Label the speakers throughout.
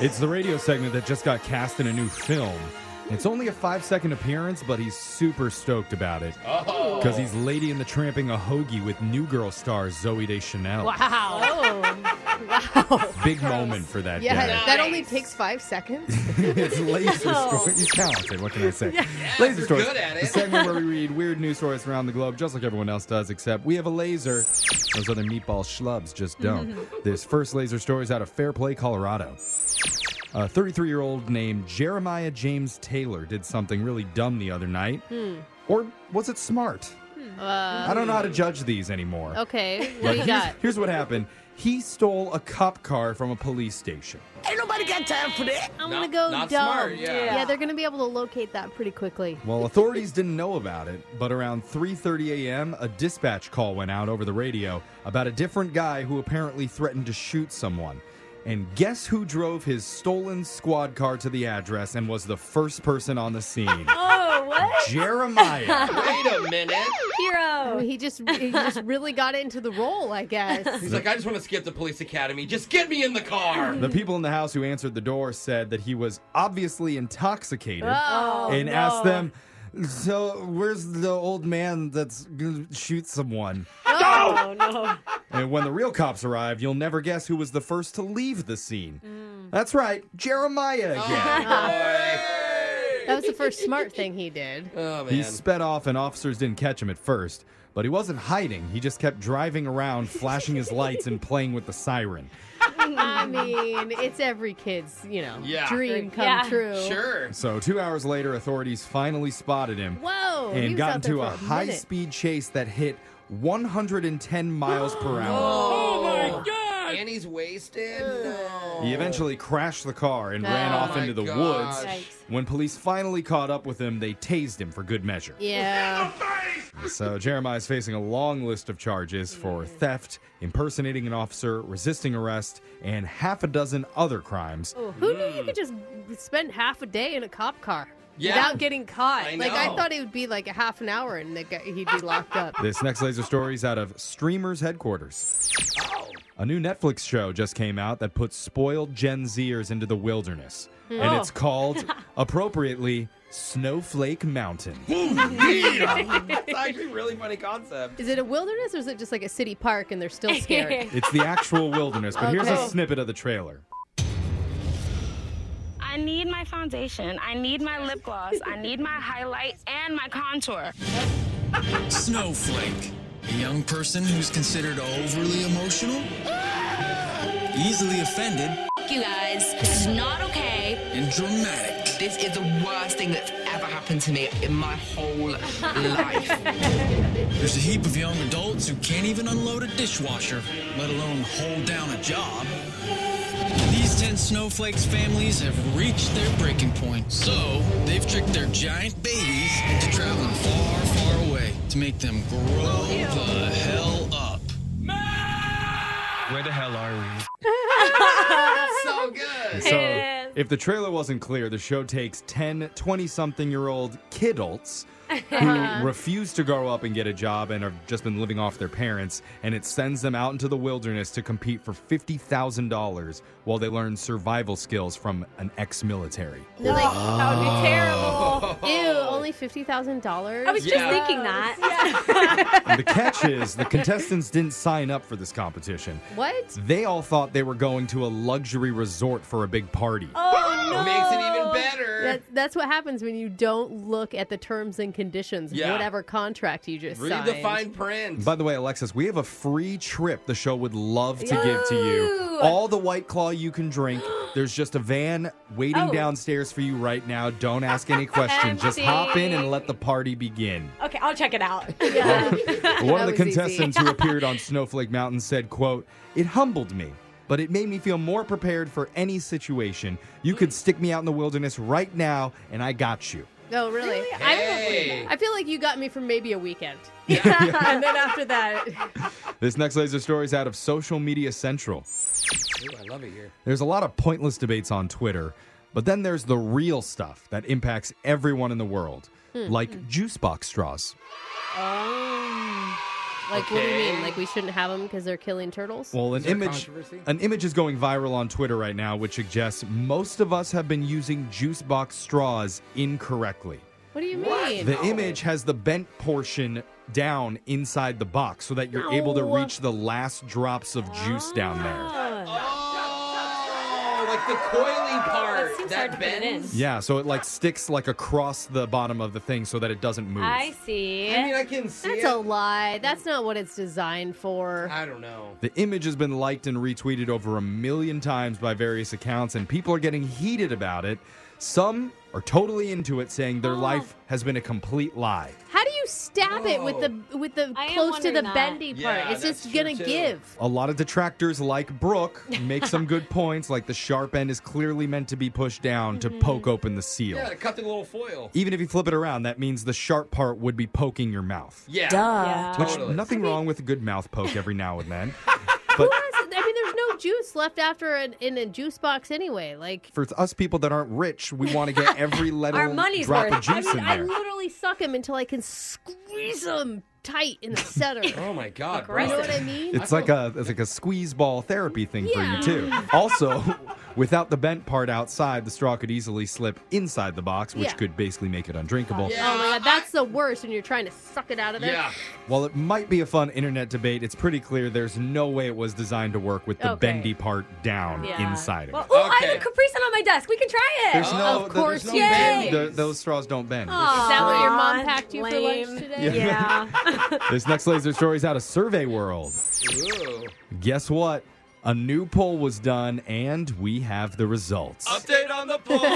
Speaker 1: It's the radio segment that just got cast in a new film. It's only a five second appearance, but he's super stoked about it. Because he's Lady in the Tramping a Hoagie with New Girl star Zoe Deschanel.
Speaker 2: Wow.
Speaker 1: Big moment for that
Speaker 3: Oh, Yeah,
Speaker 1: guy.
Speaker 3: that only takes five seconds.
Speaker 1: it's laser
Speaker 2: Oh.
Speaker 1: story. He's talented. What can I say? laser
Speaker 4: you're
Speaker 1: stories.
Speaker 4: good at it.
Speaker 1: The segment where we read weird news stories around the globe, just like everyone else does, except we have a laser. Those other meatball schlubs just don't.
Speaker 2: Mm-hmm.
Speaker 1: this first laser story is out of Fair Play, Colorado. A 33 year old named Jeremiah James Taylor did something really dumb the other night.
Speaker 2: Hmm.
Speaker 1: Or was it smart?
Speaker 3: Uh,
Speaker 1: I don't know how to judge these anymore.
Speaker 2: Oh. Okay.
Speaker 1: But
Speaker 2: What do you
Speaker 1: here's,
Speaker 2: got?
Speaker 1: here's what happened. He stole a cop car from a police station.
Speaker 2: I'm
Speaker 4: Not-
Speaker 2: gonna go
Speaker 4: not
Speaker 2: dumb.
Speaker 4: smart, yeah.
Speaker 2: yeah. they're gonna be able to locate that pretty quickly.
Speaker 1: Well, authorities didn't know about it, but around 3:30 a.m., a dispatch call went out over the radio about a different guy who apparently threatened to shoot someone. And guess who drove his stolen squad car to the address and was the first person on the scene?
Speaker 5: Oh, what?
Speaker 1: Jeremiah.
Speaker 4: Wait a minute.
Speaker 5: Hero.
Speaker 3: He just he just really got into the role, I guess.
Speaker 4: He's like, I just want to skip the police academy. Just get me in the car.
Speaker 1: The people in the house who answered the door said that he was obviously intoxicated
Speaker 5: Oh,
Speaker 1: and
Speaker 5: no.
Speaker 1: asked them, "So, where's the old man that's going to shoot someone?"
Speaker 5: Oh, no.
Speaker 1: And when the real cops arrive, you'll never guess who was the first to leave the scene. That's right, Jeremiah again.
Speaker 3: That was the first smart thing he did.
Speaker 4: Oh,
Speaker 1: He
Speaker 4: man.
Speaker 1: sped off, and officers didn't catch him at first. But he wasn't hiding. He just kept driving around, flashing his lights and playing with the siren.
Speaker 3: I mean, it's every kid's, you know,
Speaker 4: Yeah.
Speaker 3: dream come
Speaker 5: Yeah.
Speaker 3: true.
Speaker 4: Sure.
Speaker 1: So, two hours later, authorities finally spotted him
Speaker 3: Whoa. he
Speaker 1: and
Speaker 3: was
Speaker 1: got
Speaker 3: out there
Speaker 1: into a,
Speaker 3: for
Speaker 1: high
Speaker 3: minute.
Speaker 1: speed chase that hit 110 miles per hour.
Speaker 4: Oh, my God. And he's wasted. No.
Speaker 1: He eventually crashed the car and ran
Speaker 3: Oh
Speaker 1: off
Speaker 4: my
Speaker 1: into the
Speaker 4: gosh.
Speaker 1: woods.
Speaker 5: Yikes.
Speaker 1: When police finally caught up with him, they tased him for good measure.
Speaker 3: Yeah.
Speaker 1: So Jeremiah's facing a long list of charges for theft, impersonating an officer, resisting arrest, and half a dozen other crimes.
Speaker 3: Who knew you could just spend half a day in a cop car
Speaker 4: Mm. Yeah.
Speaker 3: without getting caught?
Speaker 4: I
Speaker 3: like I
Speaker 4: know.
Speaker 3: thought it would be like a half an hour and the guy, he'd be locked up.
Speaker 1: This next laser story is out of Streamers headquarters. A new Netflix show just came out that puts spoiled Gen Zers into the wilderness, and it's called, appropriately, Snowflake Mountain.
Speaker 4: That's actually a really funny concept.
Speaker 3: Is it a wilderness or is it just like a city park and they're still scared?
Speaker 1: It's the actual wilderness, but here's a
Speaker 3: Okay.
Speaker 1: snippet of the trailer.
Speaker 6: I need my foundation. I need my lip gloss. I need my highlight and my contour.
Speaker 7: Snowflake, a young person who's considered overly emotional, easily offended,
Speaker 8: You guys, this is not okay.
Speaker 7: and dramatic.
Speaker 9: This is the worst thing that's ever happened to me in my whole life.
Speaker 7: There's a heap of young adults who can't even unload a dishwasher, let alone hold down a job. These 10 snowflakes families have reached their breaking point, so they've tricked their giant babies into traveling far, far away to make them grow the hell up. Where the hell are we?
Speaker 4: So good.
Speaker 1: So, if the trailer wasn't clear, the show takes 10, 20 something year old kidults who refuse to grow up and get a job and have just been living off their parents, and it sends them out into the wilderness to compete for $50,000 while they learn survival skills from an ex military.
Speaker 3: They're like,
Speaker 5: That would be terrible.
Speaker 3: ew, only fifty thousand dollars.
Speaker 5: I was
Speaker 4: Yeah.
Speaker 5: just thinking that.
Speaker 1: And the catch is the contestants didn't sign up for this competition.
Speaker 3: What?
Speaker 1: They all thought they were going to a luxury resort for a big party.
Speaker 5: Oh, no.
Speaker 4: Makes it even better.
Speaker 3: That's, that's what happens when you don't look at the terms and conditions of
Speaker 4: Yeah.
Speaker 3: whatever contract you just
Speaker 4: Read
Speaker 3: signed.
Speaker 4: the fine print.
Speaker 1: By the way, Alexis, we have a free trip the show would love to give to you.
Speaker 5: Ooh.
Speaker 1: All the white claw you can drink. There's just a van waiting
Speaker 5: Oh.
Speaker 1: downstairs for you right now. Don't ask any questions. just hop in and let the party begin.
Speaker 5: Okay, I'll check it out.
Speaker 1: One of the
Speaker 3: was easy.
Speaker 1: contestants who appeared on Snowflake Mountain said, quote, It humbled me, but it made me feel more prepared for any situation. You could stick me out in the wilderness right now, and I got you.
Speaker 3: No, really.
Speaker 4: Hey.
Speaker 3: I feel like you got me for maybe a weekend.
Speaker 5: and then after that,
Speaker 1: This next laser story is out of Social Media Central.
Speaker 4: Ooh, I love it here.
Speaker 1: There's a lot of pointless debates on Twitter, but then there's the real stuff that impacts everyone in the world, like juice box straws.
Speaker 3: Like, what do you
Speaker 4: Okay.
Speaker 3: mean? Like, we shouldn't have them because they're killing turtles?
Speaker 1: Well, an
Speaker 4: there
Speaker 1: image
Speaker 4: controversy?
Speaker 1: an image is going viral on Twitter right now, which suggests most of us have been using juice box straws incorrectly.
Speaker 3: what do you mean?
Speaker 1: The image has the bent portion down inside the box so that you're able to
Speaker 3: No. Ah.
Speaker 1: reach the last drops of juice down there.
Speaker 5: Oh,
Speaker 4: Oh, like the coily part.
Speaker 5: That seems hard
Speaker 4: that
Speaker 5: to put it in.
Speaker 4: bends.
Speaker 1: Yeah, so it like sticks like across the bottom of the thing so that it doesn't move.
Speaker 5: I see.
Speaker 4: I mean, I can see
Speaker 3: That's
Speaker 4: it.
Speaker 3: a lie. That's not what it's designed for.
Speaker 4: I don't know.
Speaker 1: The image has been liked and retweeted over a million times by various accounts, and people are getting heated about it. Some are totally into it, saying their life has been a complete lie.
Speaker 3: How do you stab it with the with the
Speaker 5: I am
Speaker 3: close to the
Speaker 5: wondering that.
Speaker 3: bendy part?
Speaker 4: Yeah,
Speaker 3: it's
Speaker 4: that's
Speaker 3: just
Speaker 4: true,
Speaker 3: gonna
Speaker 4: too.
Speaker 3: give.
Speaker 1: A lot of detractors, like Brooke, make some good points, like the sharp end is clearly meant to be pushed down to poke open the seal.
Speaker 4: Yeah, to cut the little foil.
Speaker 1: Even if you flip it around, that means the sharp part would be poking your mouth.
Speaker 4: Yeah.
Speaker 5: Yeah.
Speaker 1: Which,
Speaker 4: Totally.
Speaker 1: nothing wrong with a good mouth poke every now and then.
Speaker 3: I mean, there's no juice left after an, in a juice box anyway. Like,
Speaker 1: For us people that aren't rich, we want to get every little
Speaker 5: Our money's
Speaker 1: drop of
Speaker 5: worth.
Speaker 1: juice
Speaker 3: I mean,
Speaker 1: in
Speaker 3: I
Speaker 1: there.
Speaker 3: literally suck them until I can squeeze them tight in the center. you
Speaker 4: Oh my God. bro.
Speaker 5: Aggressive.
Speaker 3: know what I mean?
Speaker 1: It's like a it's like a squeeze ball therapy thing for you too. Also, without the bent part outside, the straw could easily slip inside the box, which
Speaker 3: Yeah.
Speaker 1: could basically make it undrinkable.
Speaker 4: Yeah.
Speaker 3: Oh my god, that's the worst when you're trying to suck it out of there.
Speaker 4: Yeah.
Speaker 1: While it might be a fun internet debate, it's pretty clear there's no way it was designed to work with the
Speaker 3: Okay.
Speaker 1: bendy part down
Speaker 5: Yeah.
Speaker 1: inside of
Speaker 5: Well,
Speaker 1: it.
Speaker 5: oh, I have
Speaker 4: Okay.
Speaker 5: a Capri Sun on my desk. We can try it.
Speaker 1: There's no,
Speaker 3: Of
Speaker 1: th-
Speaker 3: course,
Speaker 1: there's no
Speaker 5: yay.
Speaker 1: bend. Th- those straws don't bend.
Speaker 3: Is that what your mom
Speaker 5: Aw,
Speaker 3: packed you for
Speaker 5: lame.
Speaker 3: lunch today?
Speaker 1: Yeah.
Speaker 5: Yeah.
Speaker 1: This next laser story is out of Survey World.
Speaker 4: Ooh.
Speaker 1: Guess what? A new poll was done, and we have the results.
Speaker 4: Update on the poll. Yeah,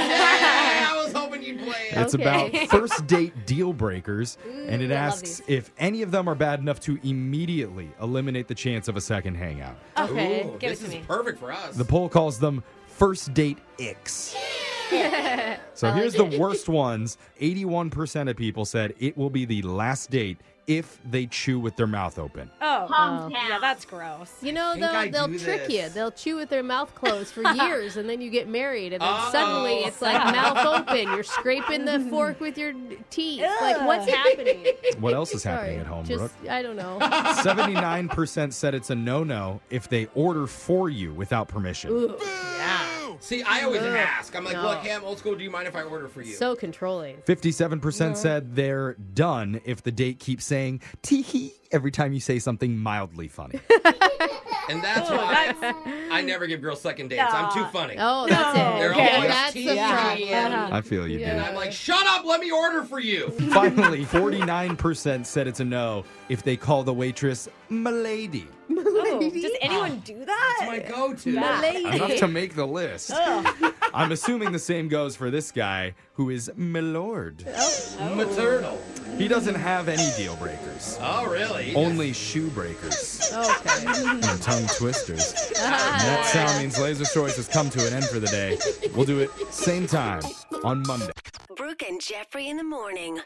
Speaker 4: I was hoping you'd play it.
Speaker 1: It's
Speaker 3: Okay.
Speaker 1: about first date deal breakers, and it
Speaker 5: I love
Speaker 1: asks
Speaker 5: these.
Speaker 1: if any of them are bad enough to immediately eliminate the chance of a second hangout.
Speaker 4: Uh.
Speaker 5: okay.
Speaker 4: Ooh,
Speaker 5: Give
Speaker 4: this
Speaker 5: it to
Speaker 4: is
Speaker 5: me.
Speaker 4: perfect for us.
Speaker 1: The poll calls them first date icks. so here's the worst ones 81% of people said it will be the last date if they chew with their mouth open.
Speaker 5: Oh,
Speaker 6: Calm
Speaker 5: yeah,
Speaker 6: down.
Speaker 5: that's gross.
Speaker 3: You know,
Speaker 4: think I
Speaker 3: they'll,
Speaker 4: do
Speaker 3: they'll trick
Speaker 4: this.
Speaker 3: you. They'll chew with their mouth closed for years, and then you get married, and then
Speaker 4: Uh-oh.
Speaker 3: suddenly it's like mouth open. You're scraping the fork with your teeth. Like,
Speaker 5: Ugh.
Speaker 3: what's happening?
Speaker 1: What else is
Speaker 3: Sorry.
Speaker 1: happening at home, Brooke?
Speaker 3: Just, I don't know.
Speaker 1: 79% said it's a no no if they order for you without permission.
Speaker 4: See, I always ask. I'm like,
Speaker 3: No.
Speaker 4: look, hey, I'm old school. Do you mind if I order for you?
Speaker 3: so controlling.
Speaker 1: 57% said they're done if the date keeps saying tee hee every time you say something mildly funny.
Speaker 4: and that's why I never give girls second dates. I'm too funny.
Speaker 3: Oh, that's it.
Speaker 4: They're
Speaker 3: Okay,
Speaker 4: always
Speaker 3: that's the Uh-huh.
Speaker 4: teasing me.
Speaker 3: problem.
Speaker 4: And,
Speaker 1: I feel you,
Speaker 4: and
Speaker 1: dude.
Speaker 4: I'm like, shut up. Let me order for you.
Speaker 1: Finally, 49% said it's a no if they call the waitress m'lady.
Speaker 5: Oh, does anyone do
Speaker 4: It's
Speaker 5: that?
Speaker 4: my go-to.
Speaker 1: Enough to make the list. I'm assuming the same goes for this guy who is milord.
Speaker 4: Maternal.
Speaker 1: He doesn't have any deal breakers.
Speaker 4: Oh, really?
Speaker 1: Only shoe breakers
Speaker 3: Okay.
Speaker 1: and tongue twisters. And that sound means Laser Choice has come to an end for the day. We'll do it same time on Monday.
Speaker 10: Brooke and Jeffrey in the morning.